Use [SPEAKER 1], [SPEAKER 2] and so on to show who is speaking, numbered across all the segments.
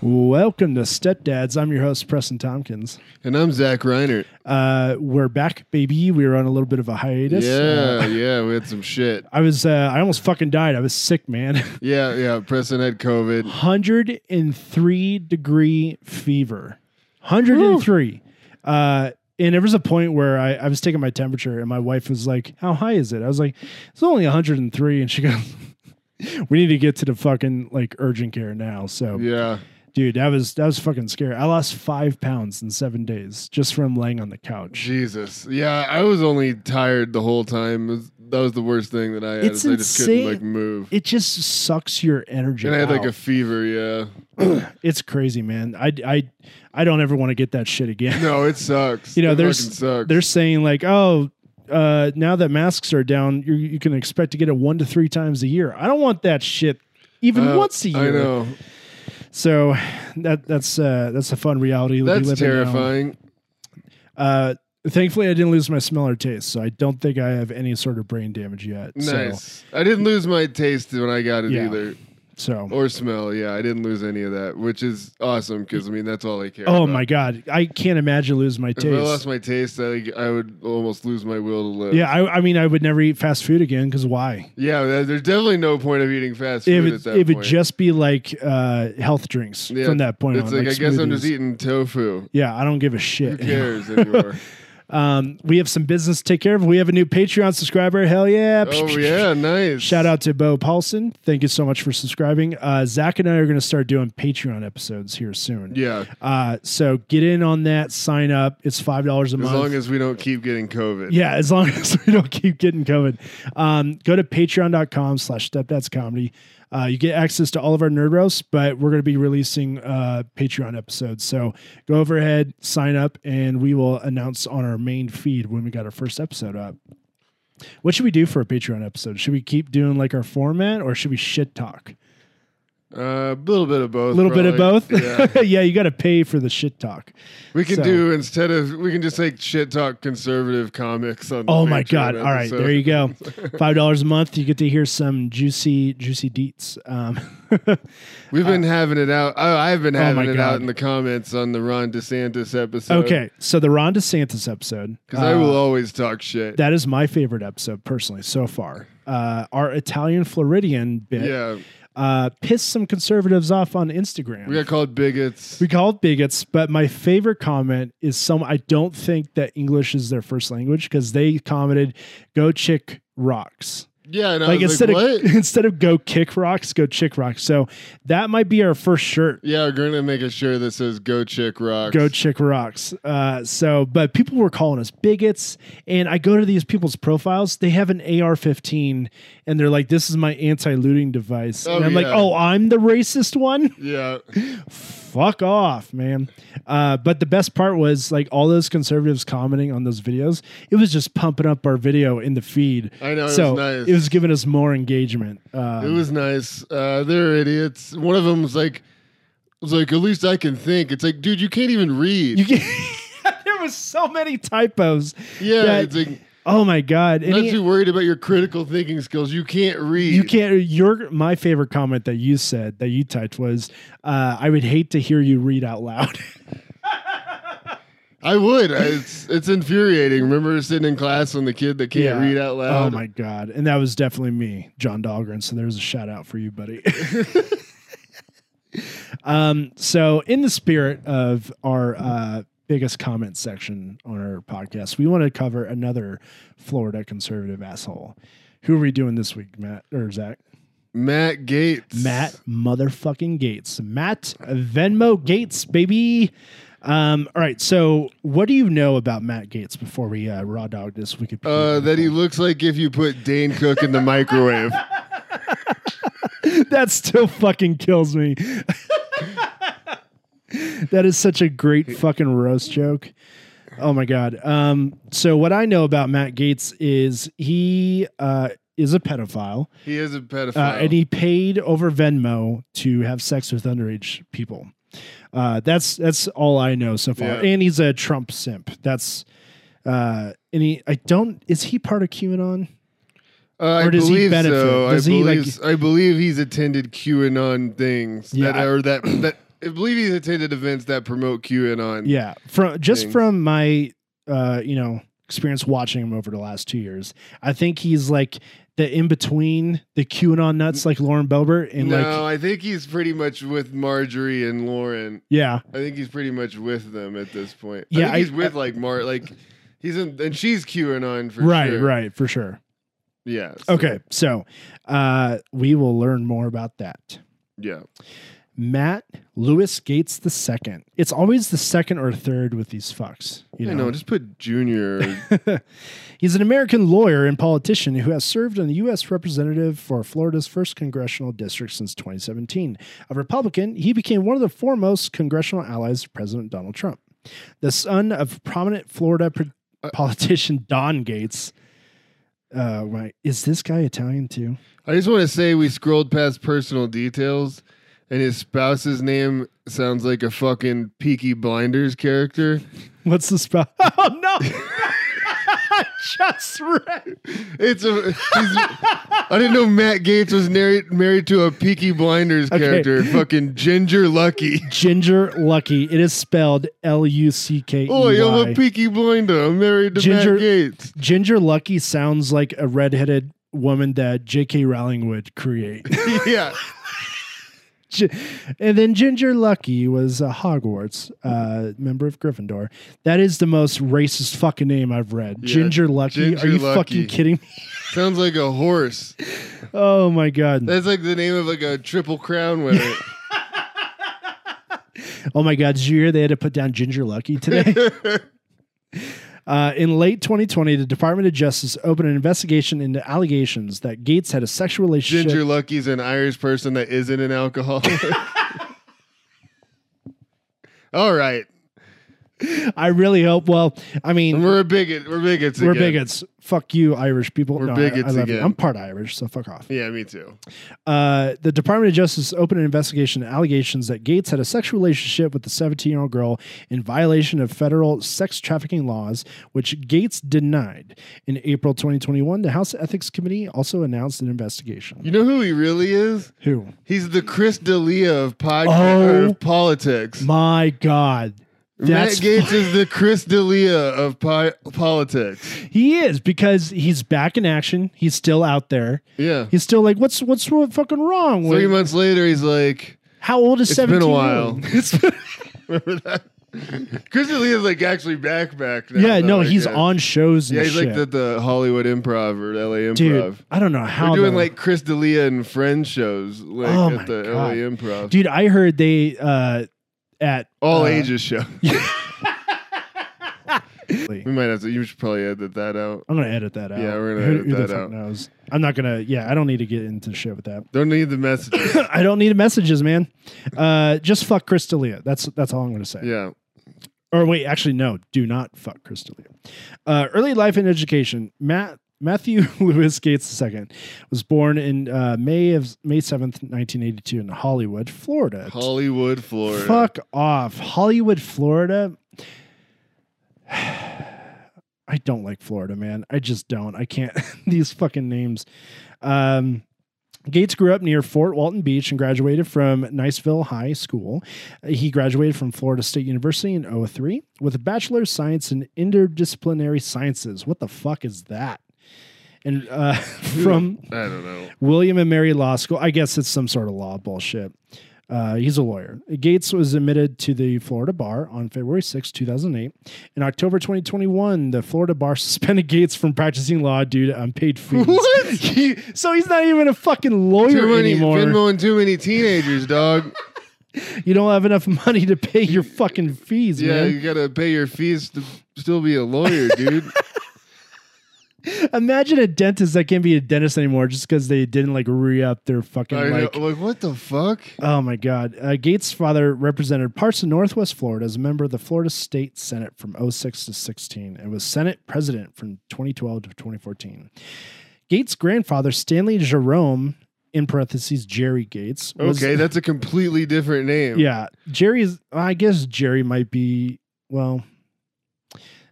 [SPEAKER 1] Welcome to Stepdads. I'm your host, Preston Tompkins.
[SPEAKER 2] And I'm Zach Reinert.
[SPEAKER 1] Uh, we're back, baby. We were on a little bit of a hiatus.
[SPEAKER 2] Yeah, yeah, we had some shit.
[SPEAKER 1] I was, uh, I almost fucking died. I was sick, man.
[SPEAKER 2] Yeah, yeah. Preston had COVID.
[SPEAKER 1] 103 degree fever. 103. Uh, and there was a point where I, I was taking my temperature, and my wife was like, How high is it? I was like, It's only 103. And she goes, We need to get to the fucking like urgent care now. So,
[SPEAKER 2] Yeah,
[SPEAKER 1] dude, that was that was fucking scary. I lost five pounds in seven days just from laying on the couch.
[SPEAKER 2] Jesus. Yeah, I was only tired the whole time. It was- that was the worst thing that I had.
[SPEAKER 1] It's
[SPEAKER 2] is I just couldn't
[SPEAKER 1] insane.
[SPEAKER 2] like move.
[SPEAKER 1] it just sucks your energy.
[SPEAKER 2] And I had like
[SPEAKER 1] out.
[SPEAKER 2] a fever. Yeah.
[SPEAKER 1] it's crazy, man. I, I, I don't ever want to get that shit again.
[SPEAKER 2] No, it sucks.
[SPEAKER 1] You know,
[SPEAKER 2] It
[SPEAKER 1] there's-
[SPEAKER 2] fucking sucks.
[SPEAKER 1] They're saying like, oh, uh, now that masks are down, you you can expect to get it one to three times a year. I don't want that shit even
[SPEAKER 2] Uh,
[SPEAKER 1] once a year.
[SPEAKER 2] I know
[SPEAKER 1] So that that's uh, that's a fun reality. we
[SPEAKER 2] that's
[SPEAKER 1] live in um, now.
[SPEAKER 2] terrifying.
[SPEAKER 1] Uh, thankfully, I didn't lose my smell or taste, so I don't think I have any sort of brain damage yet. So,
[SPEAKER 2] Nice. I didn't lose my taste when I got it
[SPEAKER 1] Yeah.
[SPEAKER 2] either,
[SPEAKER 1] so.
[SPEAKER 2] or smell. Yeah, I didn't lose any of that, which is awesome because I mean that's all I care.
[SPEAKER 1] Oh
[SPEAKER 2] about.
[SPEAKER 1] my god, I can't imagine losing my
[SPEAKER 2] If
[SPEAKER 1] taste.
[SPEAKER 2] I lost my taste, I, like, I would almost lose my will to live.
[SPEAKER 1] Yeah, I, I mean, I would never eat fast food again because why?
[SPEAKER 2] Yeah, there- there's definitely no point of eating fast food
[SPEAKER 1] It
[SPEAKER 2] at
[SPEAKER 1] would,
[SPEAKER 2] that
[SPEAKER 1] it would
[SPEAKER 2] point.
[SPEAKER 1] just be like uh, health drinks
[SPEAKER 2] Yeah,
[SPEAKER 1] from that point
[SPEAKER 2] it's
[SPEAKER 1] on.
[SPEAKER 2] like,
[SPEAKER 1] like
[SPEAKER 2] I guess I'm just
[SPEAKER 1] smoothies.
[SPEAKER 2] eating tofu.
[SPEAKER 1] Yeah, I don't give a
[SPEAKER 2] Who
[SPEAKER 1] shit.
[SPEAKER 2] cares anymore?
[SPEAKER 1] um, we have some business to take care of. We have a new Patreon subscriber. Hell yeah.
[SPEAKER 2] oh yeah, nice.
[SPEAKER 1] Shout out to Bo Paulson. Thank you so much for subscribing. Uh, Zach and I are going to start doing Patreon episodes here soon.
[SPEAKER 2] Yeah, as
[SPEAKER 1] Uh, so get in on that. Sign up. It's $5 a month.
[SPEAKER 2] long as we don't keep getting COVID.
[SPEAKER 1] Yeah, as long as we don't keep getting COVID. Um, go to patreon.com slash stepdads comedy. Uh, you get access to all of our nerd roasts, but we're going to be releasing uh, Patreon episodes. So go over ahead, sign up, and we will announce on our main feed when we got our first episode up. What should we do for a Patreon episode? Should we keep doing like our format or should we shit talk?
[SPEAKER 2] Uh, a little bit of both.
[SPEAKER 1] A little bit of both?
[SPEAKER 2] probably. yeah,
[SPEAKER 1] you got to pay for the shit talk.
[SPEAKER 2] we can
[SPEAKER 1] So-
[SPEAKER 2] do instead of we can just like shit talk conservative comics on. the
[SPEAKER 1] Oh my
[SPEAKER 2] Patreon
[SPEAKER 1] god! All right,
[SPEAKER 2] episode.
[SPEAKER 1] there you go. Five dollars a month, you get to hear some juicy, juicy deets. Um,
[SPEAKER 2] We've been having it out. I, I've been
[SPEAKER 1] Oh my
[SPEAKER 2] having it
[SPEAKER 1] God.
[SPEAKER 2] out in the comments on the Ron DeSantis episode.
[SPEAKER 1] okay, so the Ron DeSantis episode,
[SPEAKER 2] because I
[SPEAKER 1] uh,
[SPEAKER 2] will always talk shit.
[SPEAKER 1] that is my favorite episode personally so far. Uh, our Italian Floridian bit
[SPEAKER 2] yeah,
[SPEAKER 1] uh, pissed some conservatives off on Instagram.
[SPEAKER 2] we got called bigots.
[SPEAKER 1] We called bigots, but my favorite comment is some. I don't think that English is their first language because they commented, "Go chick rocks."
[SPEAKER 2] yeah, and I
[SPEAKER 1] like
[SPEAKER 2] was
[SPEAKER 1] instead
[SPEAKER 2] like, what?
[SPEAKER 1] of instead of go kick rocks, go chick rocks. So that might be our first shirt.
[SPEAKER 2] Yeah, we're gonna make a shirt that says "Go Chick Rocks."
[SPEAKER 1] Go chick rocks. Uh, so, but people were calling us bigots, and I go to these people's profiles. They have an AR-15, and they're like, "This is my anti-looting device,"
[SPEAKER 2] Oh,
[SPEAKER 1] and I'm like,
[SPEAKER 2] yeah.
[SPEAKER 1] "Oh, I'm the racist one."
[SPEAKER 2] yeah,
[SPEAKER 1] Fuck off, man. Uh, but the best part was like all those conservatives commenting on those videos. It was just pumping up our video in the feed.
[SPEAKER 2] I know, it
[SPEAKER 1] so
[SPEAKER 2] was nice.
[SPEAKER 1] it was giving us more engagement. Uh,
[SPEAKER 2] it was nice. Uh, they're idiots. One of them was like, "Was like, at least I can think." It's like, dude, you can't even read.
[SPEAKER 1] You get, there was so many typos.
[SPEAKER 2] yeah,
[SPEAKER 1] that-
[SPEAKER 2] it's like
[SPEAKER 1] oh my god! And
[SPEAKER 2] not
[SPEAKER 1] he-
[SPEAKER 2] too worried about your critical thinking skills. You can't read.
[SPEAKER 1] you can't. Your my favorite comment that you said that you typed was, uh, "I would hate to hear you read out loud."
[SPEAKER 2] I would. I- It's it's infuriating. Remember sitting in class on the kid that can't read out
[SPEAKER 1] Oh
[SPEAKER 2] loud.
[SPEAKER 1] my god! And that was definitely me, John Dahlgren. So there's a shout out for you, buddy. um. So in the spirit of our. Uh, Biggest comment section on our podcast. We want to cover another Florida conservative asshole. Who are we doing this week, Matt or Zach?
[SPEAKER 2] Matt Gates.
[SPEAKER 1] Matt motherfucking Gates. Matt Venmo Gates, baby. Um, all right. So, what do you know about Matt Gates before we uh, raw dog this Wikipedia?
[SPEAKER 2] Uh, that he looks like if you put Dane Cook in the microwave.
[SPEAKER 1] that still fucking kills me. that is such a great fucking roast joke. Oh my god. Um, so what I know about Matt Gates is he uh, is a pedophile,
[SPEAKER 2] He is a pedophile.
[SPEAKER 1] uh, and he paid over Venmo to have sex with underage people. Uh, that's that's all I know so far.
[SPEAKER 2] Yeah.
[SPEAKER 1] And he's a Trump simp. That's uh, and he I don't is he part of QAnon?
[SPEAKER 2] Uh,
[SPEAKER 1] Or does
[SPEAKER 2] I
[SPEAKER 1] he
[SPEAKER 2] believe
[SPEAKER 1] benefit?
[SPEAKER 2] So.
[SPEAKER 1] Does
[SPEAKER 2] I
[SPEAKER 1] he, like-
[SPEAKER 2] believe I believe he's attended QAnon things
[SPEAKER 1] Yeah,
[SPEAKER 2] that
[SPEAKER 1] I-
[SPEAKER 2] are that that I believe he's attended events that promote QAnon.
[SPEAKER 1] Yeah, from just
[SPEAKER 2] things.
[SPEAKER 1] from my uh, you know experience watching him over the last two years, I think he's like the in between the QAnon nuts like Lauren Boebert and
[SPEAKER 2] no,
[SPEAKER 1] like
[SPEAKER 2] I think he's pretty much with Marjorie and Lauren.
[SPEAKER 1] yeah
[SPEAKER 2] I think he's pretty much with them at this point.
[SPEAKER 1] Yeah,
[SPEAKER 2] I think
[SPEAKER 1] I-
[SPEAKER 2] he's with like Mar, like he's in, and she's QAnon for
[SPEAKER 1] right
[SPEAKER 2] sure.
[SPEAKER 1] right for sure.
[SPEAKER 2] Yeah. so-
[SPEAKER 1] Okay, so uh, we will learn more about that.
[SPEAKER 2] Yeah.
[SPEAKER 1] Matt Lewis Gates the second. It's always the second or third with these fucks. You
[SPEAKER 2] I
[SPEAKER 1] know,
[SPEAKER 2] know. Just put Junior.
[SPEAKER 1] He's an American lawyer and politician who has served as a U.S. representative for Florida's first congressional district since 2017. A Republican, he became one of the foremost congressional allies of President Donald Trump. The son of prominent Florida pro-
[SPEAKER 2] Uh,
[SPEAKER 1] politician Don Gates. Uh, right. Is this guy Italian too?
[SPEAKER 2] I just want to say we scrolled past personal details, and his spouse's name sounds like a fucking Peaky Blinders character.
[SPEAKER 1] What's the spell? Oh, no. I Just read.
[SPEAKER 2] It's a. He's, I didn't know Matt Gates was nar- married to a Peaky Blinders
[SPEAKER 1] Okay.
[SPEAKER 2] character. Fucking Ginger Lucky.
[SPEAKER 1] Ginger Lucky. It is spelled L U C K E Y.
[SPEAKER 2] Oh, I'm a Peaky Blinder. I'm married to
[SPEAKER 1] Ginger-
[SPEAKER 2] Matt Gates.
[SPEAKER 1] Ginger Lucky sounds like a redheaded woman that J.K. Rowling would create.
[SPEAKER 2] yeah.
[SPEAKER 1] Gi- and then Ginger Lucky was a Hogwarts uh, member of Gryffindor. That is the most racist fucking name I've read.
[SPEAKER 2] Yeah,
[SPEAKER 1] Ginger Lucky.
[SPEAKER 2] Ginger
[SPEAKER 1] Are you
[SPEAKER 2] Lucky.
[SPEAKER 1] fucking kidding me?
[SPEAKER 2] Sounds like a horse.
[SPEAKER 1] Oh my god.
[SPEAKER 2] That's like the name of like a triple crown winner.
[SPEAKER 1] Oh my god. Did you hear they had to put down Ginger Lucky today? Uh, in late 2020, the Department of Justice opened an investigation into allegations that Gates had a sexual relationship.
[SPEAKER 2] Ginger Lucky's an Irish person that isn't an alcoholic. All right.
[SPEAKER 1] I really hope. Well, I mean,
[SPEAKER 2] We're a bigot. We're bigots.
[SPEAKER 1] We're
[SPEAKER 2] again.
[SPEAKER 1] bigots. Fuck you, Irish people.
[SPEAKER 2] We're
[SPEAKER 1] No, I-
[SPEAKER 2] bigots
[SPEAKER 1] I, love you.
[SPEAKER 2] again.
[SPEAKER 1] I'm part Irish, so fuck off.
[SPEAKER 2] Yeah, me too.
[SPEAKER 1] Uh, the Department of Justice opened an investigation into allegations that Gates had a sexual relationship with the 17 year old girl in violation of federal sex trafficking laws, which Gates denied. In April 2021, the House Ethics Committee also announced an investigation.
[SPEAKER 2] You know who he really is?
[SPEAKER 1] Who?
[SPEAKER 2] He's the Chris D'Elia of, pod-
[SPEAKER 1] Oh.
[SPEAKER 2] or of politics.
[SPEAKER 1] My God. That's
[SPEAKER 2] Matt Gates is the Chris D'Elia of pi- politics.
[SPEAKER 1] he is because he's back in action. He's still out there.
[SPEAKER 2] Yeah.
[SPEAKER 1] He's still like, what's what's wrong- fucking wrong?
[SPEAKER 2] Three
[SPEAKER 1] With,
[SPEAKER 2] months later, he's like,
[SPEAKER 1] how old is
[SPEAKER 2] It's been a
[SPEAKER 1] 17?
[SPEAKER 2] while.
[SPEAKER 1] It's been-
[SPEAKER 2] remember that? Chris D'Elia's like actually back back now.
[SPEAKER 1] Yeah,
[SPEAKER 2] though,
[SPEAKER 1] no,
[SPEAKER 2] I
[SPEAKER 1] he's
[SPEAKER 2] guess.
[SPEAKER 1] on shows. And
[SPEAKER 2] Yeah, he's
[SPEAKER 1] shit.
[SPEAKER 2] like the, the Hollywood Improv or LA Improv.
[SPEAKER 1] dude. I don't know how
[SPEAKER 2] They're doing
[SPEAKER 1] though.
[SPEAKER 2] like Chris D'Elia and friend shows like
[SPEAKER 1] Oh my
[SPEAKER 2] at the
[SPEAKER 1] God.
[SPEAKER 2] LA Improv.
[SPEAKER 1] dude. I heard they uh at
[SPEAKER 2] All
[SPEAKER 1] uh,
[SPEAKER 2] ages show.
[SPEAKER 1] I'm
[SPEAKER 2] We might have to. You should probably edit that out.
[SPEAKER 1] gonna edit that out.
[SPEAKER 2] Yeah, we're gonna
[SPEAKER 1] who,
[SPEAKER 2] edit
[SPEAKER 1] who the
[SPEAKER 2] that
[SPEAKER 1] fuck
[SPEAKER 2] out.
[SPEAKER 1] knows? I'm not gonna. Yeah, I don't need to get into shit with that.
[SPEAKER 2] Don't need the messages.
[SPEAKER 1] I don't need messages, man. Uh, just fuck Crystalia. That's that's all I'm gonna say.
[SPEAKER 2] yeah.
[SPEAKER 1] Or wait, actually, no, do not fuck Crystalia. Uh, early life and education. Matt Matthew Lewis Gates II was born in uh, May of May seventh, 1982, in Hollywood, Florida.
[SPEAKER 2] Hollywood, Florida.
[SPEAKER 1] Fuck off. Hollywood, Florida. I don't like Florida, man. I just don't. I can't. These fucking names. Um, Gates grew up near Fort Walton Beach and graduated from Niceville High School. He graduated from Florida State University in 03 with a Bachelor of Science in Interdisciplinary Sciences. What the fuck is that? And uh, from
[SPEAKER 2] I don't know.
[SPEAKER 1] William and Mary Law School. I guess it's some sort of law bullshit. Uh, he's a lawyer. Gates was admitted to the Florida bar on February 6, 2008. In October 2021, the Florida bar suspended Gates from practicing law due to unpaid fees.
[SPEAKER 2] What?
[SPEAKER 1] He- so he's not even a fucking
[SPEAKER 2] Too
[SPEAKER 1] lawyer
[SPEAKER 2] many
[SPEAKER 1] anymore.
[SPEAKER 2] Venmo and too many teenagers, dog.
[SPEAKER 1] You don't have enough money to pay your fucking fees,
[SPEAKER 2] yeah,
[SPEAKER 1] man.
[SPEAKER 2] you gotta pay your fees to still be a lawyer, dude.
[SPEAKER 1] Imagine a dentist that can't be a dentist anymore just because they didn't like re up their fucking
[SPEAKER 2] I know.
[SPEAKER 1] like
[SPEAKER 2] like what the fuck?
[SPEAKER 1] Oh my God. Uh, Gates' father represented parts of Northwest Florida as a member of the Florida State Senate from 06 to 16 and was Senate president from 2012 to 2014. Gates' grandfather, Stanley Jerome, in parentheses, Jerry Gates. Was,
[SPEAKER 2] Okay, that's a completely different name.
[SPEAKER 1] Yeah. Jerry is, I guess Jerry might be, well,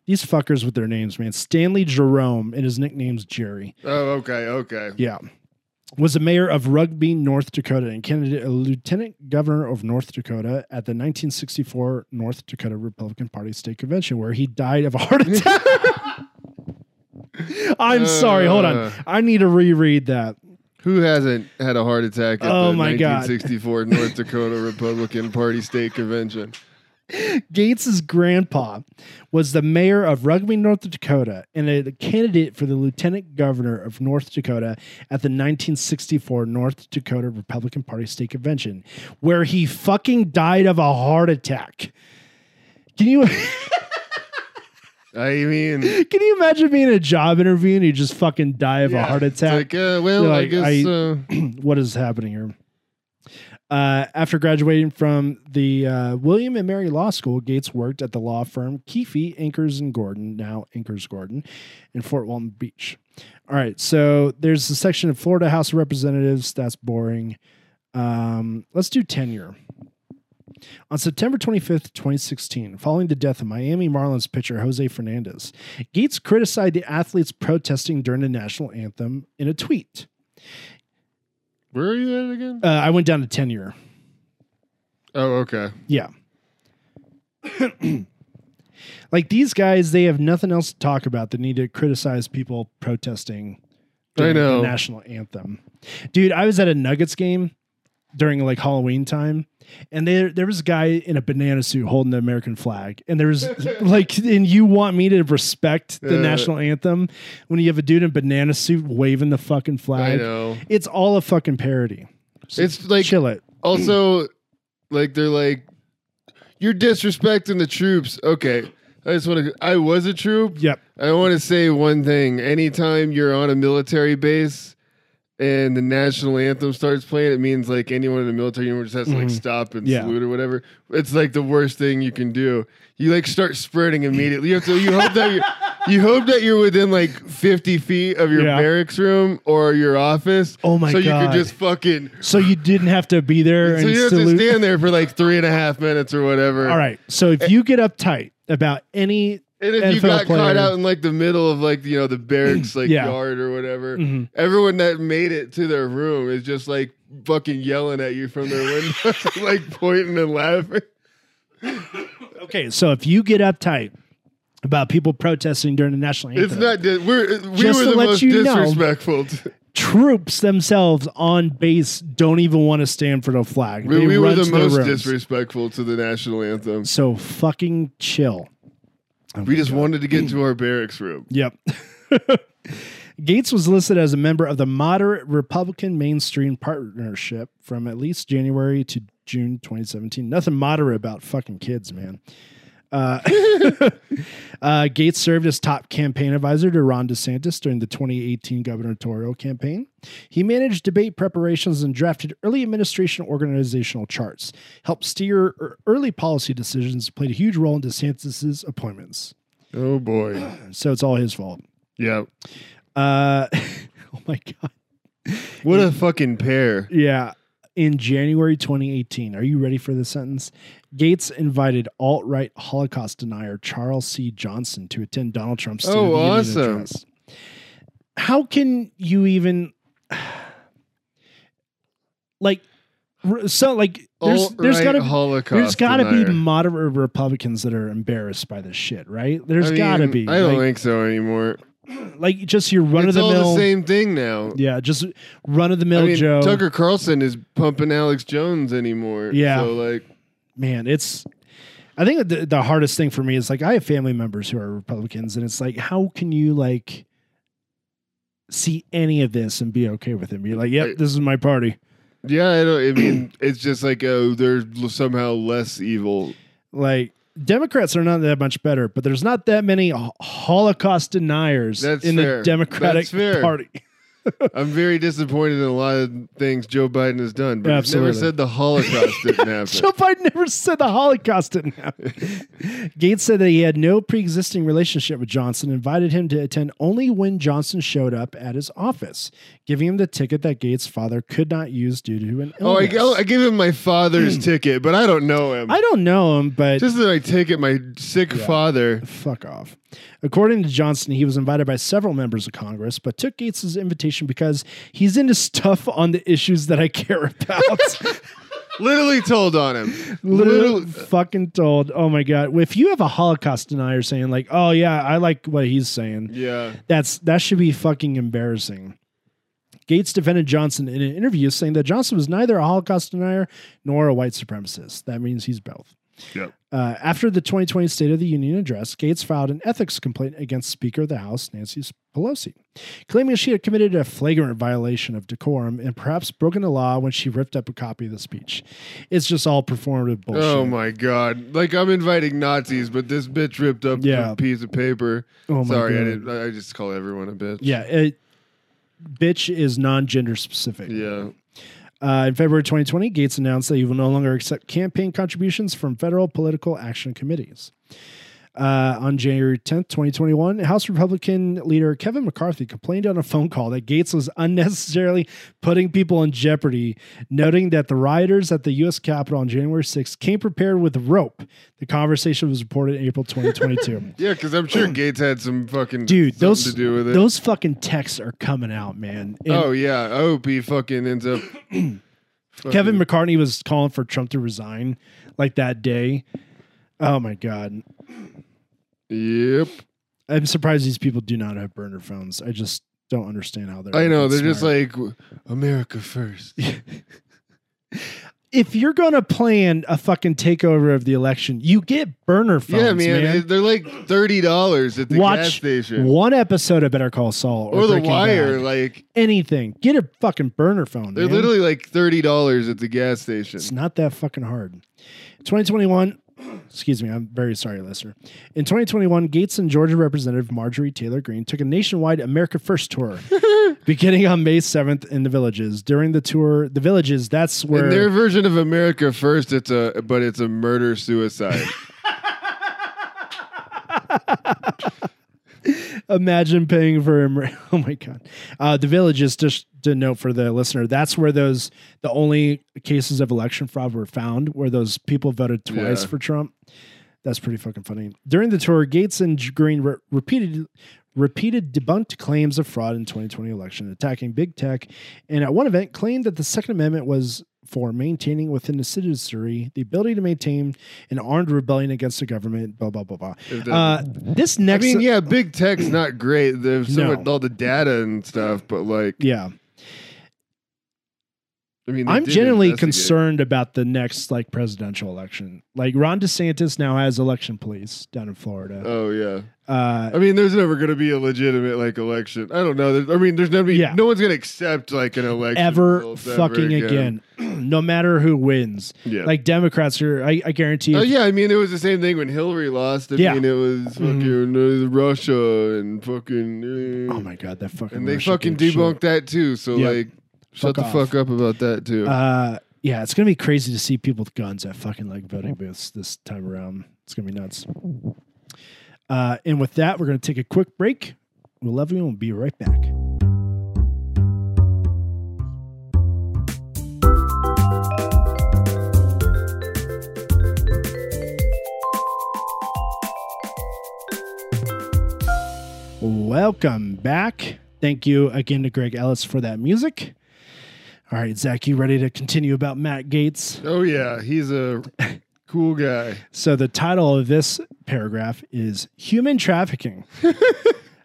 [SPEAKER 1] these fuckers with their names, man. Stanley Jerome, and his nickname's Jerry.
[SPEAKER 2] Oh, okay, okay.
[SPEAKER 1] Yeah. was the mayor of Rugby, North Dakota, and candidate a lieutenant governor of North Dakota at the 1964 North Dakota Republican Party State Convention, where he died of a heart attack. I'm sorry. Hold on.
[SPEAKER 2] Uh.
[SPEAKER 1] I need to reread that.
[SPEAKER 2] Who hasn't had a heart attack at
[SPEAKER 1] Oh
[SPEAKER 2] the
[SPEAKER 1] my God.
[SPEAKER 2] 1964 North Dakota Republican Party State Convention?
[SPEAKER 1] Gates's grandpa was the mayor of Rugby, North Dakota, and a candidate for the lieutenant governor of North Dakota at the 1964 North Dakota Republican Party state convention, where he fucking died of a heart attack. Can you
[SPEAKER 2] I mean, it's
[SPEAKER 1] can you imagine being in a job interview and you just fucking die of a heart attack?
[SPEAKER 2] like, uh, well,
[SPEAKER 1] You're
[SPEAKER 2] I
[SPEAKER 1] like,
[SPEAKER 2] guess
[SPEAKER 1] I-
[SPEAKER 2] uh,
[SPEAKER 1] what is happening here? Uh, after graduating from the uh, William and Mary Law School, Gates worked at the law firm Keefe, Inkers and Gordon, now Inkers Gordon, in Fort Walton Beach. All right, so there's a section of Florida House of Representatives. That's boring. Um, let's do tenure. On September 25th, 2016, following the death of Miami Marlins pitcher Jose Fernandez, Gates criticized the athletes protesting during the national anthem in a tweet.
[SPEAKER 2] where are you at again?
[SPEAKER 1] Uh, I went down to tenure.
[SPEAKER 2] Oh, okay.
[SPEAKER 1] Yeah. like these guys, they have nothing else to talk about. They need to criticize people protesting
[SPEAKER 2] I
[SPEAKER 1] during
[SPEAKER 2] know.
[SPEAKER 1] the national anthem. Dude, I was at a Nuggets game during like Halloween time, and there there was a guy in a banana suit holding the American flag, and there was like, and you want me to respect the
[SPEAKER 2] Uh.
[SPEAKER 1] national anthem when you have a dude in a banana suit waving the fucking
[SPEAKER 2] I
[SPEAKER 1] flag?
[SPEAKER 2] know.
[SPEAKER 1] It's all a fucking parody. So
[SPEAKER 2] It's like
[SPEAKER 1] chill it.
[SPEAKER 2] also like they're like you're disrespecting the troops. Okay. I just want to I was a troop.
[SPEAKER 1] Yep.
[SPEAKER 2] I want to say one thing. Anytime you're on a military base and the national anthem starts playing, it means like anyone in the military uniform just has to like
[SPEAKER 1] Mhm.
[SPEAKER 2] stop and
[SPEAKER 1] Yeah.
[SPEAKER 2] salute or whatever. It's like the worst thing you can do. You like start spreading immediately. You have to. You hope that you. You hope that you're within like 50 feet of your
[SPEAKER 1] Yeah.
[SPEAKER 2] barracks room or your office.
[SPEAKER 1] Oh my
[SPEAKER 2] so you
[SPEAKER 1] God.
[SPEAKER 2] could just fucking.
[SPEAKER 1] So you didn't have to be there
[SPEAKER 2] So
[SPEAKER 1] and
[SPEAKER 2] you have
[SPEAKER 1] salute.
[SPEAKER 2] to stand there for like three and a half minutes or whatever.
[SPEAKER 1] All right. So if you get uptight about any,
[SPEAKER 2] And if
[SPEAKER 1] NFL
[SPEAKER 2] you got caught
[SPEAKER 1] player.
[SPEAKER 2] out in like the middle of like you know the barracks like
[SPEAKER 1] Yeah.
[SPEAKER 2] yard or whatever,
[SPEAKER 1] Mhm.
[SPEAKER 2] everyone that made it to their room is just like fucking yelling at you from their windows, like pointing and laughing.
[SPEAKER 1] okay, so if you get uptight about people protesting during the national anthem,
[SPEAKER 2] It's not. Di- we're we
[SPEAKER 1] Just
[SPEAKER 2] were
[SPEAKER 1] to
[SPEAKER 2] the
[SPEAKER 1] let
[SPEAKER 2] most
[SPEAKER 1] you know-
[SPEAKER 2] disrespectful. to-
[SPEAKER 1] troops themselves on base don't even want to stand for the flag.
[SPEAKER 2] we
[SPEAKER 1] They
[SPEAKER 2] we were
[SPEAKER 1] run
[SPEAKER 2] the
[SPEAKER 1] to their
[SPEAKER 2] most
[SPEAKER 1] rooms.
[SPEAKER 2] disrespectful to the national anthem.
[SPEAKER 1] So fucking chill. Oh
[SPEAKER 2] We
[SPEAKER 1] my
[SPEAKER 2] just
[SPEAKER 1] God.
[SPEAKER 2] wanted to get to our barracks room.
[SPEAKER 1] Yep. Gates was listed as a member of the moderate Republican mainstream partnership from at least January to June 2017. Nothing moderate about fucking kids, man. Uh, uh, Gates served as top campaign advisor to Ron DeSantis during the 2018 gubernatorial campaign. He managed debate preparations and drafted early administration organizational charts, helped steer er- early policy decisions, played a huge role in DeSantis' appointments.
[SPEAKER 2] Oh boy.
[SPEAKER 1] So it's all his fault.
[SPEAKER 2] Yeah.
[SPEAKER 1] Uh, oh my god.
[SPEAKER 2] What a fucking pair.
[SPEAKER 1] Yeah. In January 2018, are you ready for this sentence? Gates invited alt-right Holocaust denier Charles C. Johnson to attend Donald Trump's State of
[SPEAKER 2] Oh,
[SPEAKER 1] the Union
[SPEAKER 2] awesome.
[SPEAKER 1] address. How can you even like r- so like there's there's
[SPEAKER 2] Alt-right
[SPEAKER 1] got to
[SPEAKER 2] Holocaust.
[SPEAKER 1] there's got to be
[SPEAKER 2] denier.
[SPEAKER 1] moderate Republicans that are embarrassed by this shit, right? There's
[SPEAKER 2] I mean,
[SPEAKER 1] got to be
[SPEAKER 2] I don't
[SPEAKER 1] like,
[SPEAKER 2] think so anymore.
[SPEAKER 1] like just your run
[SPEAKER 2] it's
[SPEAKER 1] of the
[SPEAKER 2] all
[SPEAKER 1] mill
[SPEAKER 2] the same thing now.
[SPEAKER 1] Yeah, just run of the
[SPEAKER 2] I
[SPEAKER 1] mill
[SPEAKER 2] mean,
[SPEAKER 1] Joe.
[SPEAKER 2] Tucker Carlson is pumping Alex Jones anymore.
[SPEAKER 1] Yeah.
[SPEAKER 2] So like,
[SPEAKER 1] Man, it's. I think the, the hardest thing for me is like I have family members who are Republicans, and it's like, how can you like see any of this and be okay with it? Be like, yep,
[SPEAKER 2] Right.
[SPEAKER 1] this is my party.
[SPEAKER 2] yeah, I don't. I mean, it's just like, oh, they're l- somehow less evil.
[SPEAKER 1] Like Democrats are not that much better, but there's not that many ho- Holocaust deniers
[SPEAKER 2] That's
[SPEAKER 1] in
[SPEAKER 2] fair.
[SPEAKER 1] the Democratic
[SPEAKER 2] That's fair.
[SPEAKER 1] Party.
[SPEAKER 2] I'm very disappointed in a lot of things Joe Biden has done, but he's never
[SPEAKER 1] Absolutely.
[SPEAKER 2] said the Holocaust didn't happen.
[SPEAKER 1] Joe Biden never said the Holocaust didn't happen. Gates said that he had no pre-existing relationship with Johnson, invited him to attend only when Johnson showed up at his office, giving him the ticket that Gates' father could not use due to an
[SPEAKER 2] Oh, I,
[SPEAKER 1] illness.
[SPEAKER 2] oh, I gave him my father's ticket, but I don't know him.
[SPEAKER 1] I don't know him, but
[SPEAKER 2] just that I ticket my sick
[SPEAKER 1] Yeah.
[SPEAKER 2] father.
[SPEAKER 1] fuck off. According to Johnson, he was invited by several members of Congress, but took Gates' invitation because he's into stuff on the issues that I care about.
[SPEAKER 2] Literally told on him.
[SPEAKER 1] Literally fucking told. Oh my god! If you have a Holocaust denier saying like, "Oh yeah, I like what he's saying,"
[SPEAKER 2] Yeah.
[SPEAKER 1] That's that should be fucking embarrassing. Gates defended Johnson in an interview saying that Johnson was neither a Holocaust denier nor a white supremacist. That means he's both.
[SPEAKER 2] Yep.
[SPEAKER 1] Uh, after the 2020 State of the Union address, Gates filed an ethics complaint against Speaker of the House Nancy Pelosi, claiming she had committed a flagrant violation of decorum and perhaps broken the law when she ripped up a copy of the speech. It's just all performative bullshit.
[SPEAKER 2] Oh my god! Like I'm inviting Nazis, but this bitch ripped up
[SPEAKER 1] Yeah.
[SPEAKER 2] a piece of paper.
[SPEAKER 1] Oh my
[SPEAKER 2] Sorry, I
[SPEAKER 1] God.
[SPEAKER 2] didn't. I I just call everyone a bitch.
[SPEAKER 1] Yeah, it, bitch is non-gender specific.
[SPEAKER 2] Yeah.
[SPEAKER 1] Uh, in February 2020, Gates announced that he will no longer accept campaign contributions from federal political action committees. Uh, on January 10th, 2021, House Republican leader Kevin McCarthy complained on a phone call that Gates was unnecessarily putting people in jeopardy, noting that the rioters at the U.S. Capitol on January 6th came prepared with rope. The conversation was reported in April 2022.
[SPEAKER 2] Yeah, because I'm sure Gates had some fucking
[SPEAKER 1] Dude,
[SPEAKER 2] something
[SPEAKER 1] those
[SPEAKER 2] to do with it.
[SPEAKER 1] those fucking texts are coming out, man. And
[SPEAKER 2] oh yeah, I hope he fucking ends up.
[SPEAKER 1] Kevin McCartney was calling for Trump to resign like that day. Oh my God.
[SPEAKER 2] Yep.
[SPEAKER 1] I'm surprised these people do not have burner phones. I just don't understand how they're.
[SPEAKER 2] I know. They're just
[SPEAKER 1] smart.
[SPEAKER 2] like America first.
[SPEAKER 1] If you're going to plan a fucking takeover of the election, you get burner phones.
[SPEAKER 2] yeah, man, They're like thirty dollars at the gas
[SPEAKER 1] Watch
[SPEAKER 2] station
[SPEAKER 1] one episode of Better Call Saul or,
[SPEAKER 2] or the
[SPEAKER 1] Breaking
[SPEAKER 2] wire.
[SPEAKER 1] Bad.
[SPEAKER 2] Like
[SPEAKER 1] Anything. Get a fucking burner phone.
[SPEAKER 2] they're
[SPEAKER 1] man.
[SPEAKER 2] literally like thirty dollars at the gas station.
[SPEAKER 1] It's not that fucking hard. 2021, excuse me, I'm very sorry, listener. In 2021, Gates and Georgia Representative Marjorie Taylor Greene took a nationwide America First tour beginning on May 7th in the villages. During the tour, the villages, that's
[SPEAKER 2] In their
[SPEAKER 1] where
[SPEAKER 2] version of America first, it's a but it's a murder suicide.
[SPEAKER 1] imagine paying for Amer- oh my god. Uh, the villages just to note for the listener, that's where those the only cases of election fraud were found where those people voted twice
[SPEAKER 2] Yeah.
[SPEAKER 1] for Trump. That's pretty fucking funny. During the tour, Gates and Green re- repeated repeated debunked claims of fraud in 2020 election, attacking big tech, and at one event claimed that the Second Amendment was for maintaining within the citizenry the ability to maintain an armed rebellion against the government. Blah blah blah blah.
[SPEAKER 2] If that-
[SPEAKER 1] Uh, this
[SPEAKER 2] I
[SPEAKER 1] next,
[SPEAKER 2] mean, yeah, big tech's not great. There's so
[SPEAKER 1] No.
[SPEAKER 2] much, all the data and stuff, but like,
[SPEAKER 1] yeah.
[SPEAKER 2] I mean, they
[SPEAKER 1] I'm
[SPEAKER 2] did
[SPEAKER 1] genuinely
[SPEAKER 2] investigate.
[SPEAKER 1] concerned about the next like presidential election. Like Ron DeSantis now has election police down in Florida.
[SPEAKER 2] Oh yeah,
[SPEAKER 1] Uh,
[SPEAKER 2] I mean, there's never going to be a legitimate like election. I don't know. There's, I mean, there's never.
[SPEAKER 1] Yeah.
[SPEAKER 2] No one's going to accept like an election
[SPEAKER 1] ever
[SPEAKER 2] results
[SPEAKER 1] fucking again, no matter who wins.
[SPEAKER 2] Yeah.
[SPEAKER 1] Like Democrats are, I, I guarantee.
[SPEAKER 2] Oh
[SPEAKER 1] if-
[SPEAKER 2] yeah, I mean it was the same thing when Hillary lost. I
[SPEAKER 1] Yeah. Mm-hmm.
[SPEAKER 2] mean it was fucking uh, Russia and fucking. uh,
[SPEAKER 1] Oh my god, that fucking
[SPEAKER 2] and they
[SPEAKER 1] Russia
[SPEAKER 2] fucking
[SPEAKER 1] gate shit.
[SPEAKER 2] debunked that too. So
[SPEAKER 1] Yeah.
[SPEAKER 2] like, shut
[SPEAKER 1] Fuck
[SPEAKER 2] the
[SPEAKER 1] off.
[SPEAKER 2] fuck up about that too.
[SPEAKER 1] Uh, yeah, it's gonna be crazy to see people with guns at fucking like voting booths this time around. It's gonna be nuts. Uh, and with that, we're gonna take a quick break. We'll love you and we'll be right back. Welcome back. Thank you again to Greg Ellis for that music. All right, Zach, you ready to continue about Matt Gates?
[SPEAKER 2] oh yeah, he's a cool guy.
[SPEAKER 1] So the title of this paragraph is Human Trafficking.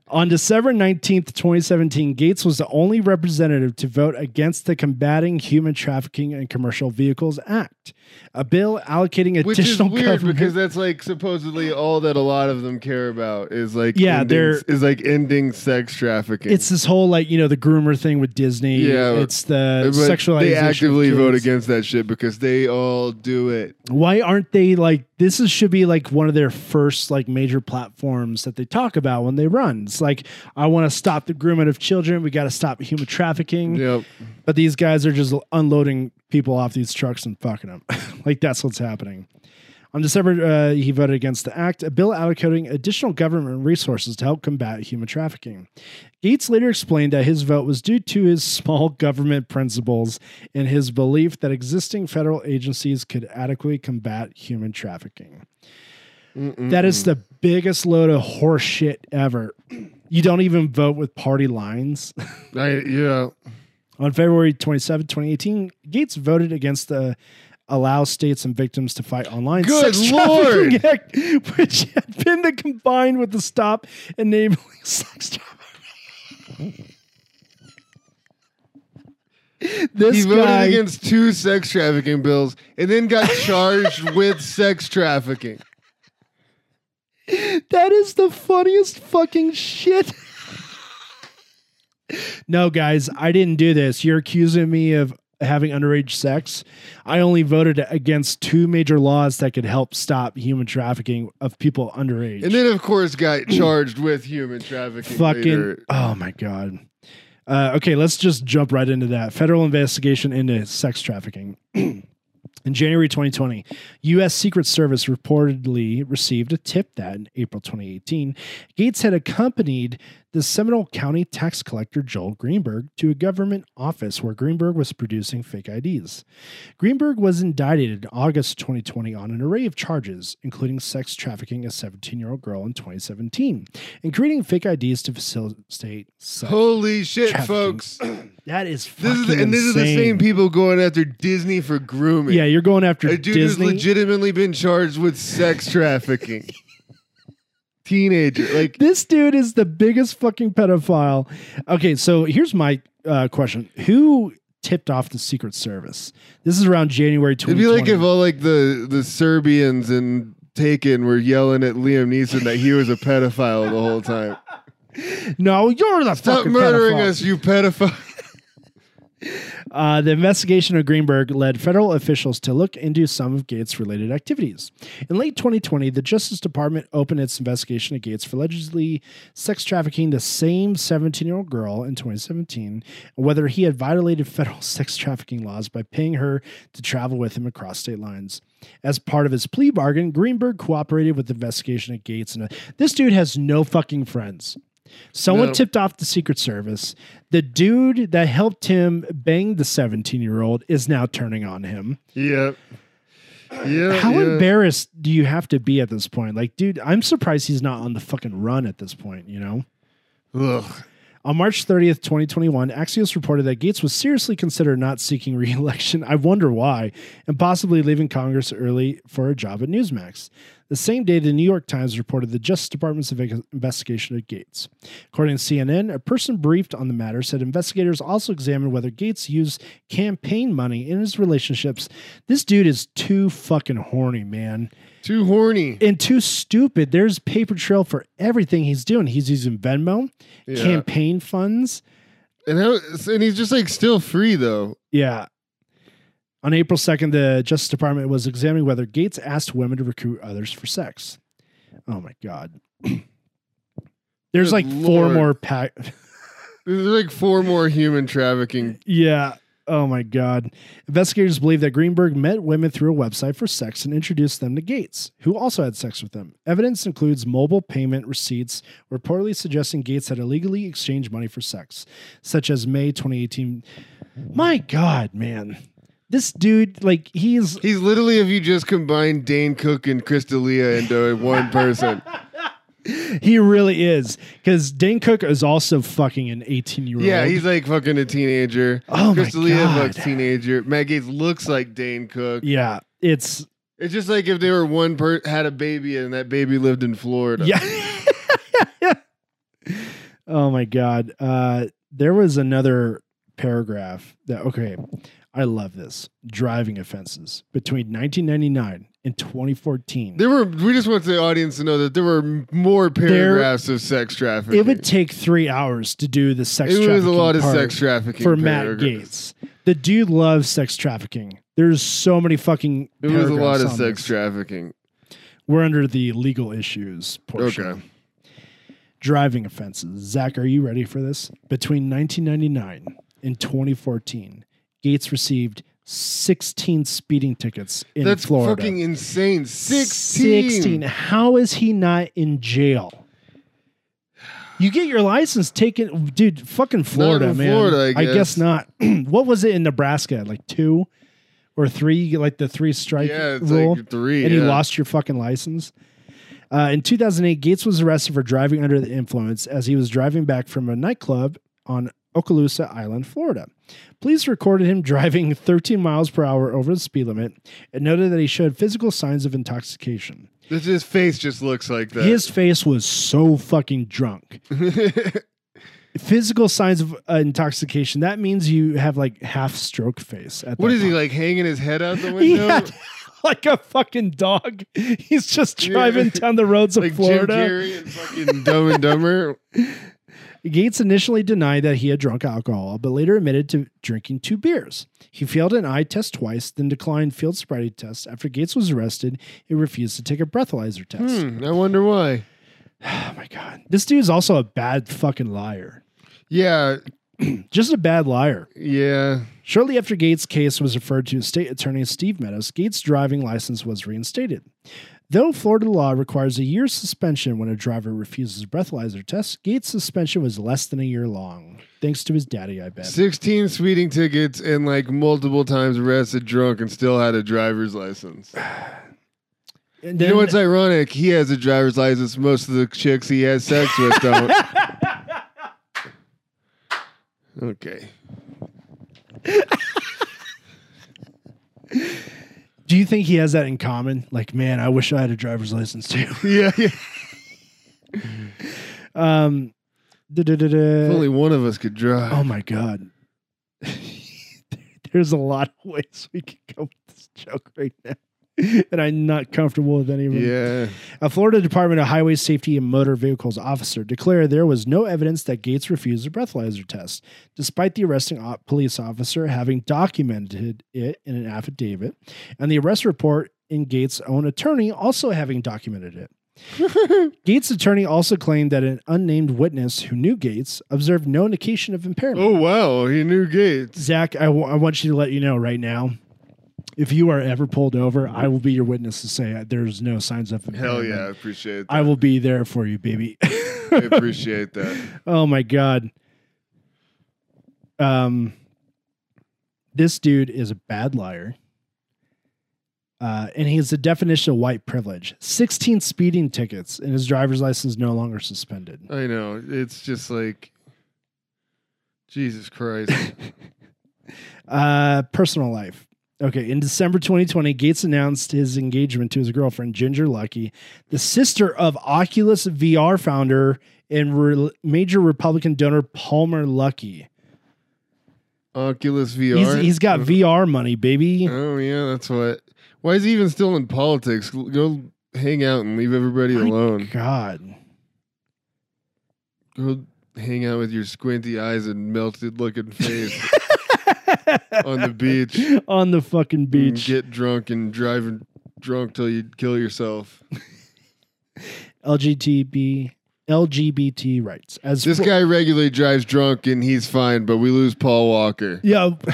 [SPEAKER 1] On December 19th, 2017, Gates was the only representative to vote against the Combating Human Trafficking and Commercial Vehicles Act, a bill allocating
[SPEAKER 2] Which is
[SPEAKER 1] additional
[SPEAKER 2] weird
[SPEAKER 1] government-
[SPEAKER 2] because that's like supposedly all that a lot of them care about is like
[SPEAKER 1] Yeah,
[SPEAKER 2] ending-
[SPEAKER 1] they're-
[SPEAKER 2] is like ending sex trafficking.
[SPEAKER 1] it's this whole like, you know, the groomer thing with Disney.
[SPEAKER 2] Yeah,
[SPEAKER 1] It's the
[SPEAKER 2] But
[SPEAKER 1] sexualization.
[SPEAKER 2] They
[SPEAKER 1] of
[SPEAKER 2] actively
[SPEAKER 1] kids.
[SPEAKER 2] vote against that shit because they all do it.
[SPEAKER 1] why aren't they like this is should be like one of their first like major platforms that they talk about when they run it's like i want to stop the grooming of children we got to stop human trafficking
[SPEAKER 2] Yep.
[SPEAKER 1] but these guys are just unloading people off these trucks and fucking them like that's what's happening on December, uh, he voted against the act, a bill allocating additional government resources to help combat human trafficking. Gates later explained that his vote was due to his small government principles and his belief that existing federal agencies could adequately combat human trafficking. That is the biggest load of horse shit ever. You don't even vote with party lines.
[SPEAKER 2] I, yeah.
[SPEAKER 1] On February 27, 2018, Gates voted against the allow states and victims to fight online
[SPEAKER 2] Good
[SPEAKER 1] sex
[SPEAKER 2] Lord.
[SPEAKER 1] trafficking act, which had been the combined with the stop enabling sex trafficking. this
[SPEAKER 2] He voted
[SPEAKER 1] guy,
[SPEAKER 2] against two sex trafficking bills and then got charged with sex trafficking.
[SPEAKER 1] that is the funniest fucking shit. no, guys, I didn't do this. You're accusing me of having underage sex. I only voted against two major laws that could help stop human trafficking of people underage.
[SPEAKER 2] And then, of course, got charged with human trafficking.
[SPEAKER 1] fucking
[SPEAKER 2] later.
[SPEAKER 1] oh my god uh, okay let's just jump right into that federal investigation into sex trafficking in january 2020 u.s secret service reportedly received a tip that in april 2018 gates had accompanied the seminole county tax collector joel greenberg to a government office where greenberg was producing fake ids greenberg was indicted in august 2020 on an array of charges including sex trafficking a 17-year-old girl in 2017 and creating fake IDs to facilitate sex.
[SPEAKER 2] Holy shit,
[SPEAKER 1] Trafficking.
[SPEAKER 2] folks.
[SPEAKER 1] That is
[SPEAKER 2] This is the,
[SPEAKER 1] fucking
[SPEAKER 2] and this is the
[SPEAKER 1] insane.
[SPEAKER 2] same people going after Disney for grooming.
[SPEAKER 1] Yeah, you're going after
[SPEAKER 2] A dude
[SPEAKER 1] Disney.
[SPEAKER 2] who's legitimately been charged with sex trafficking. Teenager. Like,
[SPEAKER 1] this dude is the biggest fucking pedophile. Okay, so here's my uh, question: Who tipped off the Secret Service? This is around January
[SPEAKER 2] it'd be
[SPEAKER 1] 2020.
[SPEAKER 2] like if all like the, the Serbians and Taken were yelling at Liam Neeson that he was a pedophile the whole time.
[SPEAKER 1] no, you're the
[SPEAKER 2] Stop
[SPEAKER 1] fucking
[SPEAKER 2] murdering
[SPEAKER 1] pedophile.
[SPEAKER 2] us, you pedophile.
[SPEAKER 1] Uh, the investigation of Greenberg led federal officials to look into some of Gates' related activities. In late 2020, the Justice Department opened its investigation of Gates for allegedly sex trafficking the same 17 year old girl in 2017, and whether he had violated federal sex trafficking laws by paying her to travel with him across state lines. As part of his plea bargain, Greenberg cooperated with the investigation of Gates. And uh, this dude has no fucking friends. Someone
[SPEAKER 2] No.
[SPEAKER 1] tipped off the Secret Service. The dude that helped him bang the 17 year old is now turning on him.
[SPEAKER 2] Yep. Yeah.
[SPEAKER 1] How
[SPEAKER 2] Uh, yeah.
[SPEAKER 1] embarrassed do you have to be at this point? Like, dude, I'm surprised he's not on the fucking run at this point, you know?
[SPEAKER 2] Ugh.
[SPEAKER 1] On March 30th, 2021, Axios reported that Gates was seriously considered not seeking re election. I wonder why, and possibly leaving Congress early for a job at Newsmax. The same day, the New York Times reported the Justice Department's inve- investigation of Gates. According to CNN, a person briefed on the matter said investigators also examined whether Gates used campaign money in his relationships. This dude is too fucking horny, man
[SPEAKER 2] Too horny.
[SPEAKER 1] and too stupid. There's paper trail for everything he's doing. He's using Venmo,
[SPEAKER 2] Yeah.
[SPEAKER 1] campaign funds.
[SPEAKER 2] And how, and he's just like still free though.
[SPEAKER 1] Yeah. On April 2nd, the Justice Department was examining whether Gates asked women to recruit others for sex. Oh my God. There's like
[SPEAKER 2] Good
[SPEAKER 1] four
[SPEAKER 2] Lord.
[SPEAKER 1] more pack.
[SPEAKER 2] There's like four more human trafficking.
[SPEAKER 1] yeah. Oh my God. Investigators believe that Greenberg met women through a website for sex and introduced them to Gates, who also had sex with them. Evidence includes mobile payment receipts reportedly suggesting Gates had illegally exchanged money for sex, such as May 2018. My God, man. This dude, like, he's
[SPEAKER 2] He's literally if you just combine Dane Cook and Crystalia into one person.
[SPEAKER 1] he really is. Because Dane Cook is also fucking an 18 year old.
[SPEAKER 2] Yeah, he's like fucking a teenager.
[SPEAKER 1] Oh my
[SPEAKER 2] Crystalia
[SPEAKER 1] God.
[SPEAKER 2] fucks teenager. Matt Gates looks like Dane Cook.
[SPEAKER 1] Yeah. It's
[SPEAKER 2] It's just like if they were one per had a baby and that baby lived in Florida.
[SPEAKER 1] Yeah. oh my god. Uh there was another paragraph that okay, I love this. Driving offenses between 1999 and 2014.
[SPEAKER 2] There were we just want the audience to know that there were more paragraphs of sex trafficking.
[SPEAKER 1] it would take 3 hours to do the sex
[SPEAKER 2] It
[SPEAKER 1] trafficking.
[SPEAKER 2] was a lot of
[SPEAKER 1] part
[SPEAKER 2] sex trafficking
[SPEAKER 1] for Matt Gates.
[SPEAKER 2] paragraphs.
[SPEAKER 1] The dude loves sex trafficking. There's so many fucking
[SPEAKER 2] It was a lot
[SPEAKER 1] paragraphs
[SPEAKER 2] of
[SPEAKER 1] on
[SPEAKER 2] sex
[SPEAKER 1] this.
[SPEAKER 2] trafficking.
[SPEAKER 1] We're under the legal issues portion.
[SPEAKER 2] Okay.
[SPEAKER 1] driving offenses. Zach, are you ready for this? Between 1999 and 2014, Gates received 16 speeding tickets in
[SPEAKER 2] That's
[SPEAKER 1] Florida.
[SPEAKER 2] fucking insane. 16.
[SPEAKER 1] 16. How is he not in jail? You get your license taken, dude. Fucking Florida,
[SPEAKER 2] in
[SPEAKER 1] man.
[SPEAKER 2] Florida, I guess.
[SPEAKER 1] not. what was it in Nebraska? Like two or three? You get, Like the three strike
[SPEAKER 2] Yeah, it's
[SPEAKER 1] rule,
[SPEAKER 2] like three.
[SPEAKER 1] and
[SPEAKER 2] yeah.
[SPEAKER 1] you lost your fucking license. Uh, in 2008, Gates was arrested for driving under the influence as he was driving back from a nightclub on Okaloosa Island, Florida. Police recorded him driving 13 miles per hour over the speed limit and noted that he showed physical signs of intoxication.
[SPEAKER 2] This, his face just looks like that.
[SPEAKER 1] His face was so fucking drunk. Physical signs of uh, intoxication. That means you have like half stroke face. At
[SPEAKER 2] what
[SPEAKER 1] that
[SPEAKER 2] is he
[SPEAKER 1] time.
[SPEAKER 2] like hanging his head out the
[SPEAKER 1] He
[SPEAKER 2] window?
[SPEAKER 1] had like a fucking dog. He's just
[SPEAKER 2] Yeah.
[SPEAKER 1] driving down the roads of
[SPEAKER 2] like
[SPEAKER 1] Florida.
[SPEAKER 2] Jim Carrey and fucking Dumb and Dumber.
[SPEAKER 1] Gates initially denied that he had drunk alcohol, but later admitted to drinking two beers. He failed an eye test twice, then declined field sobriety tests. After Gates was arrested, he refused to take a breathalyzer test.
[SPEAKER 2] Hmm, I wonder why.
[SPEAKER 1] Oh my god. This dude's also a bad fucking liar.
[SPEAKER 2] Yeah,
[SPEAKER 1] Just a bad liar.
[SPEAKER 2] yeah.
[SPEAKER 1] Shortly after Gates' case was referred to state attorney Steve Meadows, Gates' driving license was reinstated. Though Florida law requires a year's suspension when a driver refuses a breathalyzer test, Gates' suspension was less than a year long, thanks to his daddy, I bet.
[SPEAKER 2] Sixteen speeding tickets and like multiple times arrested drunk and still had a driver's license.
[SPEAKER 1] And
[SPEAKER 2] You
[SPEAKER 1] then-
[SPEAKER 2] know what's ironic? He has a driver's license. Most of the chicks he has sex with don't. Okay.
[SPEAKER 1] Do you think he has that in common? Like, man, I wish I had a driver's license too.
[SPEAKER 2] Yeah, yeah.
[SPEAKER 1] Um,
[SPEAKER 2] If
[SPEAKER 1] da-da-da-da.
[SPEAKER 2] only one of us could drive.
[SPEAKER 1] oh my god, there's a lot of ways we could go with this joke right now, and I'm not comfortable with any of them.
[SPEAKER 2] yeah.
[SPEAKER 1] A Florida Department of Highway Safety and Motor Vehicles officer declared there was no evidence that Gates refused a breathalyzer test, despite the arresting o- police officer having documented it in an affidavit, and the arrest report in Gates' own attorney also having documented it. Gates' attorney also claimed that an unnamed witness who knew Gates observed no indication of impairment.
[SPEAKER 2] Oh wow, he knew Gates.
[SPEAKER 1] Zach, I wa- I want you to let you know right now. If you are ever pulled over, I will be your witness to say uh, there's no signs of impairment.
[SPEAKER 2] Hell yeah, I appreciate that.
[SPEAKER 1] I will be there for you, baby.
[SPEAKER 2] I appreciate that.
[SPEAKER 1] oh my god. Um this dude is a bad liar. Uh, and he is the definition of white privilege. 16 speeding tickets and his driver's license no longer suspended.
[SPEAKER 2] I know. It's just like Jesus Christ.
[SPEAKER 1] Uh, personal life. Okay, in December 2020, Gates announced his engagement to his girlfriend, Ginger Lucky, the sister of Oculus VR founder and re- major Republican donor Palmer Lucky.
[SPEAKER 2] Oculus VR.
[SPEAKER 1] He's, he's
[SPEAKER 2] Uh-huh.
[SPEAKER 1] got VR money, baby.
[SPEAKER 2] Oh yeah, that's what. Why is he even still in politics? Go hang out and leave everybody
[SPEAKER 1] My
[SPEAKER 2] alone.
[SPEAKER 1] God.
[SPEAKER 2] Go hang out with your squinty eyes and melted looking face on the beach.
[SPEAKER 1] On the fucking
[SPEAKER 2] and
[SPEAKER 1] beach.
[SPEAKER 2] mm, Get drunk and drive and drunk till you kill yourself.
[SPEAKER 1] LGBT, LGBT rights. As
[SPEAKER 2] This
[SPEAKER 1] fo-
[SPEAKER 2] guy regularly drives drunk and he's fine, but we lose Paul Walker.
[SPEAKER 1] Yeah. Can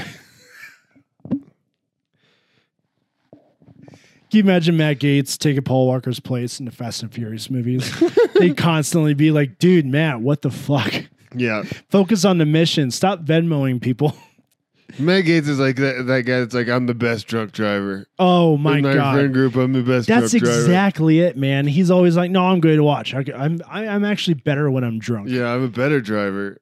[SPEAKER 1] you imagine Matt Gates taking Paul Walker's place in the Fast and Furious movies? They'd constantly be like, dude, Matt, what the fuck?
[SPEAKER 2] Yeah.
[SPEAKER 1] Focus on the mission. Stop Venmoing people.
[SPEAKER 2] Matt Gates is like that, that guy that's like, I'm the best drunk driver.
[SPEAKER 1] Oh my
[SPEAKER 2] In my
[SPEAKER 1] God.
[SPEAKER 2] friend group, I'm the best
[SPEAKER 1] That's
[SPEAKER 2] drunk driver.
[SPEAKER 1] exactly it, man. He's always like, "No, I'm going to watch. I, I'm I, I'm actually better when I'm drunk."
[SPEAKER 2] Yeah, I'm a better driver.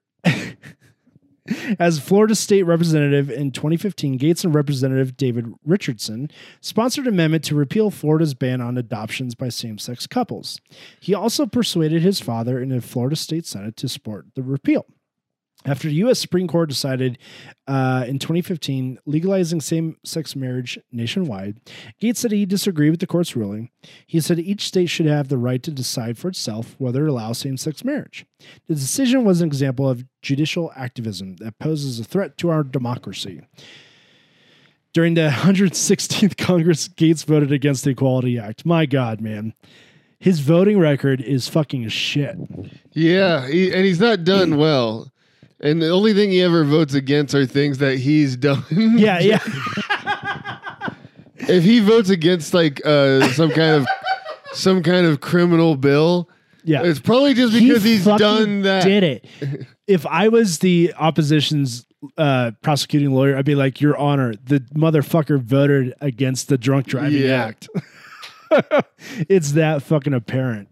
[SPEAKER 1] As Florida State Representative in 2015, Gates and Representative David Richardson sponsored an amendment to repeal Florida's ban on adoptions by same sex couples. He also persuaded his father in the Florida State Senate to support the repeal. After the U.S. Supreme Court decided uh, in 2015 legalizing same sex marriage nationwide, Gates said he disagreed with the court's ruling. He said each state should have the right to decide for itself whether to allow same sex marriage. The decision was an example of judicial activism that poses a threat to our democracy. During the 116th Congress, Gates voted against the Equality Act. My God, man. His voting record is fucking shit.
[SPEAKER 2] Yeah, he, and he's not done well. And the only thing he ever votes against are things that he's done.
[SPEAKER 1] Yeah, yeah.
[SPEAKER 2] if he votes against like uh, some kind of some kind of criminal bill,
[SPEAKER 1] Yeah.
[SPEAKER 2] it's probably just because
[SPEAKER 1] He
[SPEAKER 2] he's
[SPEAKER 1] fucking
[SPEAKER 2] done that.
[SPEAKER 1] Did it? If I was the opposition's uh, prosecuting lawyer, I'd be like, "Your Honor, the motherfucker voted against the drunk driving
[SPEAKER 2] Yeah.
[SPEAKER 1] act." it's that fucking apparent.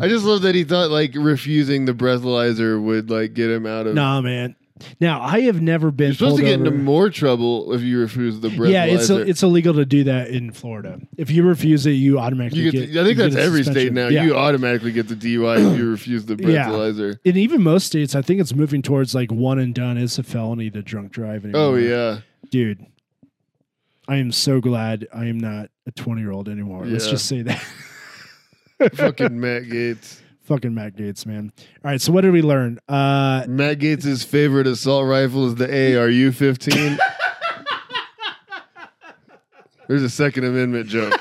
[SPEAKER 2] I just love that he thought like refusing the breathalyzer would like get him out of.
[SPEAKER 1] Nah, man. Now I have never been
[SPEAKER 2] You're supposed to
[SPEAKER 1] pulled
[SPEAKER 2] get into
[SPEAKER 1] over-
[SPEAKER 2] more trouble if you refuse the breathalyzer.
[SPEAKER 1] Yeah, it's it's illegal to do that in Florida. If you refuse it, you automatically
[SPEAKER 2] you
[SPEAKER 1] get.
[SPEAKER 2] get, I think
[SPEAKER 1] you
[SPEAKER 2] that's
[SPEAKER 1] get a
[SPEAKER 2] every state
[SPEAKER 1] suspension.
[SPEAKER 2] now.
[SPEAKER 1] Yeah.
[SPEAKER 2] You automatically get the DUI if you refuse the
[SPEAKER 1] Yeah.
[SPEAKER 2] breathalyzer.
[SPEAKER 1] in even most states, I think it's moving towards like one and done. It's a felony to drunk drive. Anymore.
[SPEAKER 2] Oh yeah,
[SPEAKER 1] dude. I am so glad I am not a twenty year old anymore. Let's
[SPEAKER 2] Yeah.
[SPEAKER 1] just say that.
[SPEAKER 2] fucking Matt Gates.
[SPEAKER 1] Fucking Matt Gates, man. All right, so what did we learn? Uh,
[SPEAKER 2] Matt Gates' favorite assault rifle is the ARU-15. There's a Second Amendment joke.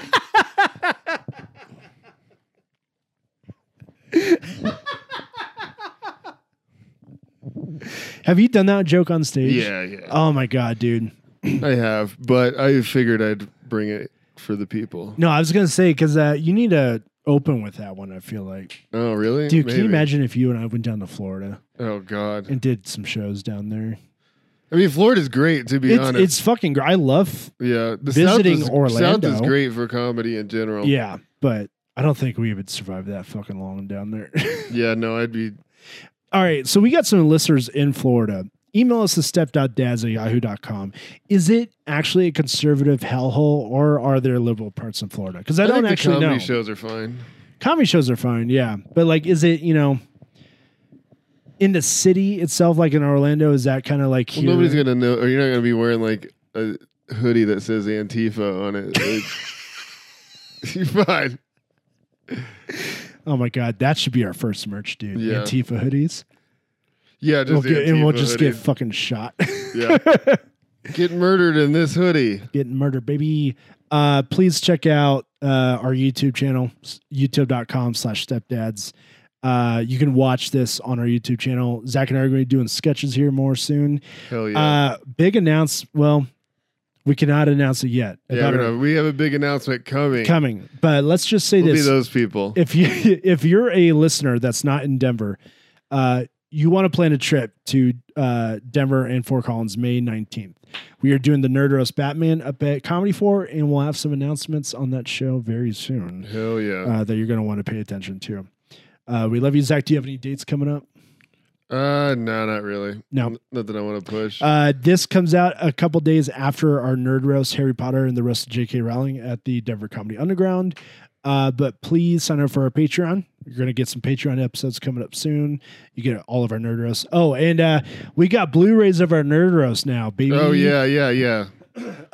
[SPEAKER 1] have you done that joke on stage?
[SPEAKER 2] Yeah, yeah,
[SPEAKER 1] Oh my god, dude.
[SPEAKER 2] I have, but I figured I'd bring it for the people.
[SPEAKER 1] No, I was gonna say because uh, you need to open with that one. I feel like,
[SPEAKER 2] Oh, really?
[SPEAKER 1] dude. Can you
[SPEAKER 2] Maybe.
[SPEAKER 1] imagine if you and I went down to Florida
[SPEAKER 2] Oh God.
[SPEAKER 1] and did some shows down there?
[SPEAKER 2] I mean, Florida's great to be
[SPEAKER 1] It's,
[SPEAKER 2] honest.
[SPEAKER 1] it's fucking. Gr- I love.
[SPEAKER 2] yeah, the
[SPEAKER 1] visiting
[SPEAKER 2] South is,
[SPEAKER 1] Orlando.
[SPEAKER 2] South is great for comedy in general.
[SPEAKER 1] Yeah, but I don't think we would survive that fucking long down there.
[SPEAKER 2] Yeah, no, I'd be.
[SPEAKER 1] All right, so we got some listeners in Florida. Email us at step.dads at yahoo.com. Is it actually a conservative hellhole or are there liberal parts in Florida? Because I,
[SPEAKER 2] I,
[SPEAKER 1] don't
[SPEAKER 2] think the
[SPEAKER 1] actually
[SPEAKER 2] comedy
[SPEAKER 1] know.
[SPEAKER 2] shows are fine.
[SPEAKER 1] Comedy shows are fine, yeah. But like, is it, you know, in the city itself, like in Orlando, is that kind of like
[SPEAKER 2] Well,
[SPEAKER 1] here?
[SPEAKER 2] nobody's gonna know, or you're not gonna be wearing like a hoodie that says Antifa on it. Like, you're fine.
[SPEAKER 1] oh my God, that should be our first merch, dude.
[SPEAKER 2] Yeah.
[SPEAKER 1] Antifa hoodies.
[SPEAKER 2] Yeah,
[SPEAKER 1] We'll
[SPEAKER 2] just
[SPEAKER 1] get, and we'll
[SPEAKER 2] Antifa
[SPEAKER 1] just
[SPEAKER 2] hoodie.
[SPEAKER 1] get fucking shot.
[SPEAKER 2] yeah. Get murdered in this hoodie.
[SPEAKER 1] getting murdered, baby. Uh, please check out uh, our YouTube channel, s- youtube.com slash stepdads. Uh, you can watch this on our YouTube channel. Zach and I are going to be doing sketches here more soon.
[SPEAKER 2] Hell yeah.
[SPEAKER 1] Uh, big announce. Well, we cannot announce it yet.
[SPEAKER 2] yeah,
[SPEAKER 1] about
[SPEAKER 2] we're
[SPEAKER 1] our-
[SPEAKER 2] gonna- we have a big announcement coming.
[SPEAKER 1] coming, but let's just say
[SPEAKER 2] we'll be
[SPEAKER 1] this:
[SPEAKER 2] those people.
[SPEAKER 1] if you if you're a listener that's not in Denver, uh, you want to plan a trip to uh, Denver and Fort Collins May 19th. We are doing the Nerd Roast Batman up at Comedy 4, and we'll have some announcements on that show very soon
[SPEAKER 2] Hell yeah.
[SPEAKER 1] uh, that you're going to want to pay attention to. Uh, we love you, Zach. Do you have any dates coming up?
[SPEAKER 2] Uh, no, not really.
[SPEAKER 1] No.
[SPEAKER 2] N- not that I want to push.
[SPEAKER 1] Uh, this comes out a couple days after our Nerd Roast, Harry Potter and the rest of J.K. Rowling at the Denver Comedy Underground. Uh, but please sign up for our Patreon. You're going to get some Patreon episodes coming up soon. You get all of our Nerd Roasts. Oh, and uh, we got Blu rays of our Nerd Roast now, baby.
[SPEAKER 2] oh yeah, yeah, yeah.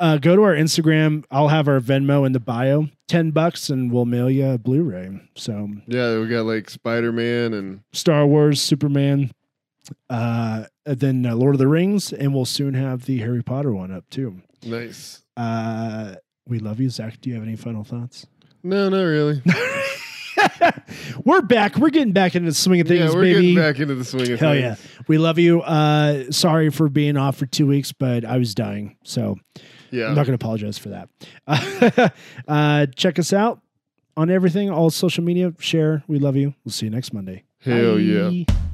[SPEAKER 1] Uh, go to our Instagram. I'll have our Venmo in the bio. 10 bucks, and we'll mail you a Blu ray. So
[SPEAKER 2] Yeah, we got like Spider Man and
[SPEAKER 1] Star Wars, Superman, uh, and then uh, Lord of the Rings, and we'll soon have the Harry Potter one up too.
[SPEAKER 2] nice.
[SPEAKER 1] Uh, we love you, Zach. Do you have any final thoughts?
[SPEAKER 2] No, not really.
[SPEAKER 1] We're back. We're getting back into the swing of things,
[SPEAKER 2] yeah, we're
[SPEAKER 1] baby.
[SPEAKER 2] getting back into the swing of
[SPEAKER 1] Hell
[SPEAKER 2] things.
[SPEAKER 1] yeah. We love you. Uh, sorry for being off for two weeks, but I was dying. So
[SPEAKER 2] Yeah.
[SPEAKER 1] I'm not going to apologize for that. uh, check us out on everything, all social media. Share. We love you. We'll see you next Monday.
[SPEAKER 2] Hell yeah.
[SPEAKER 1] Bye.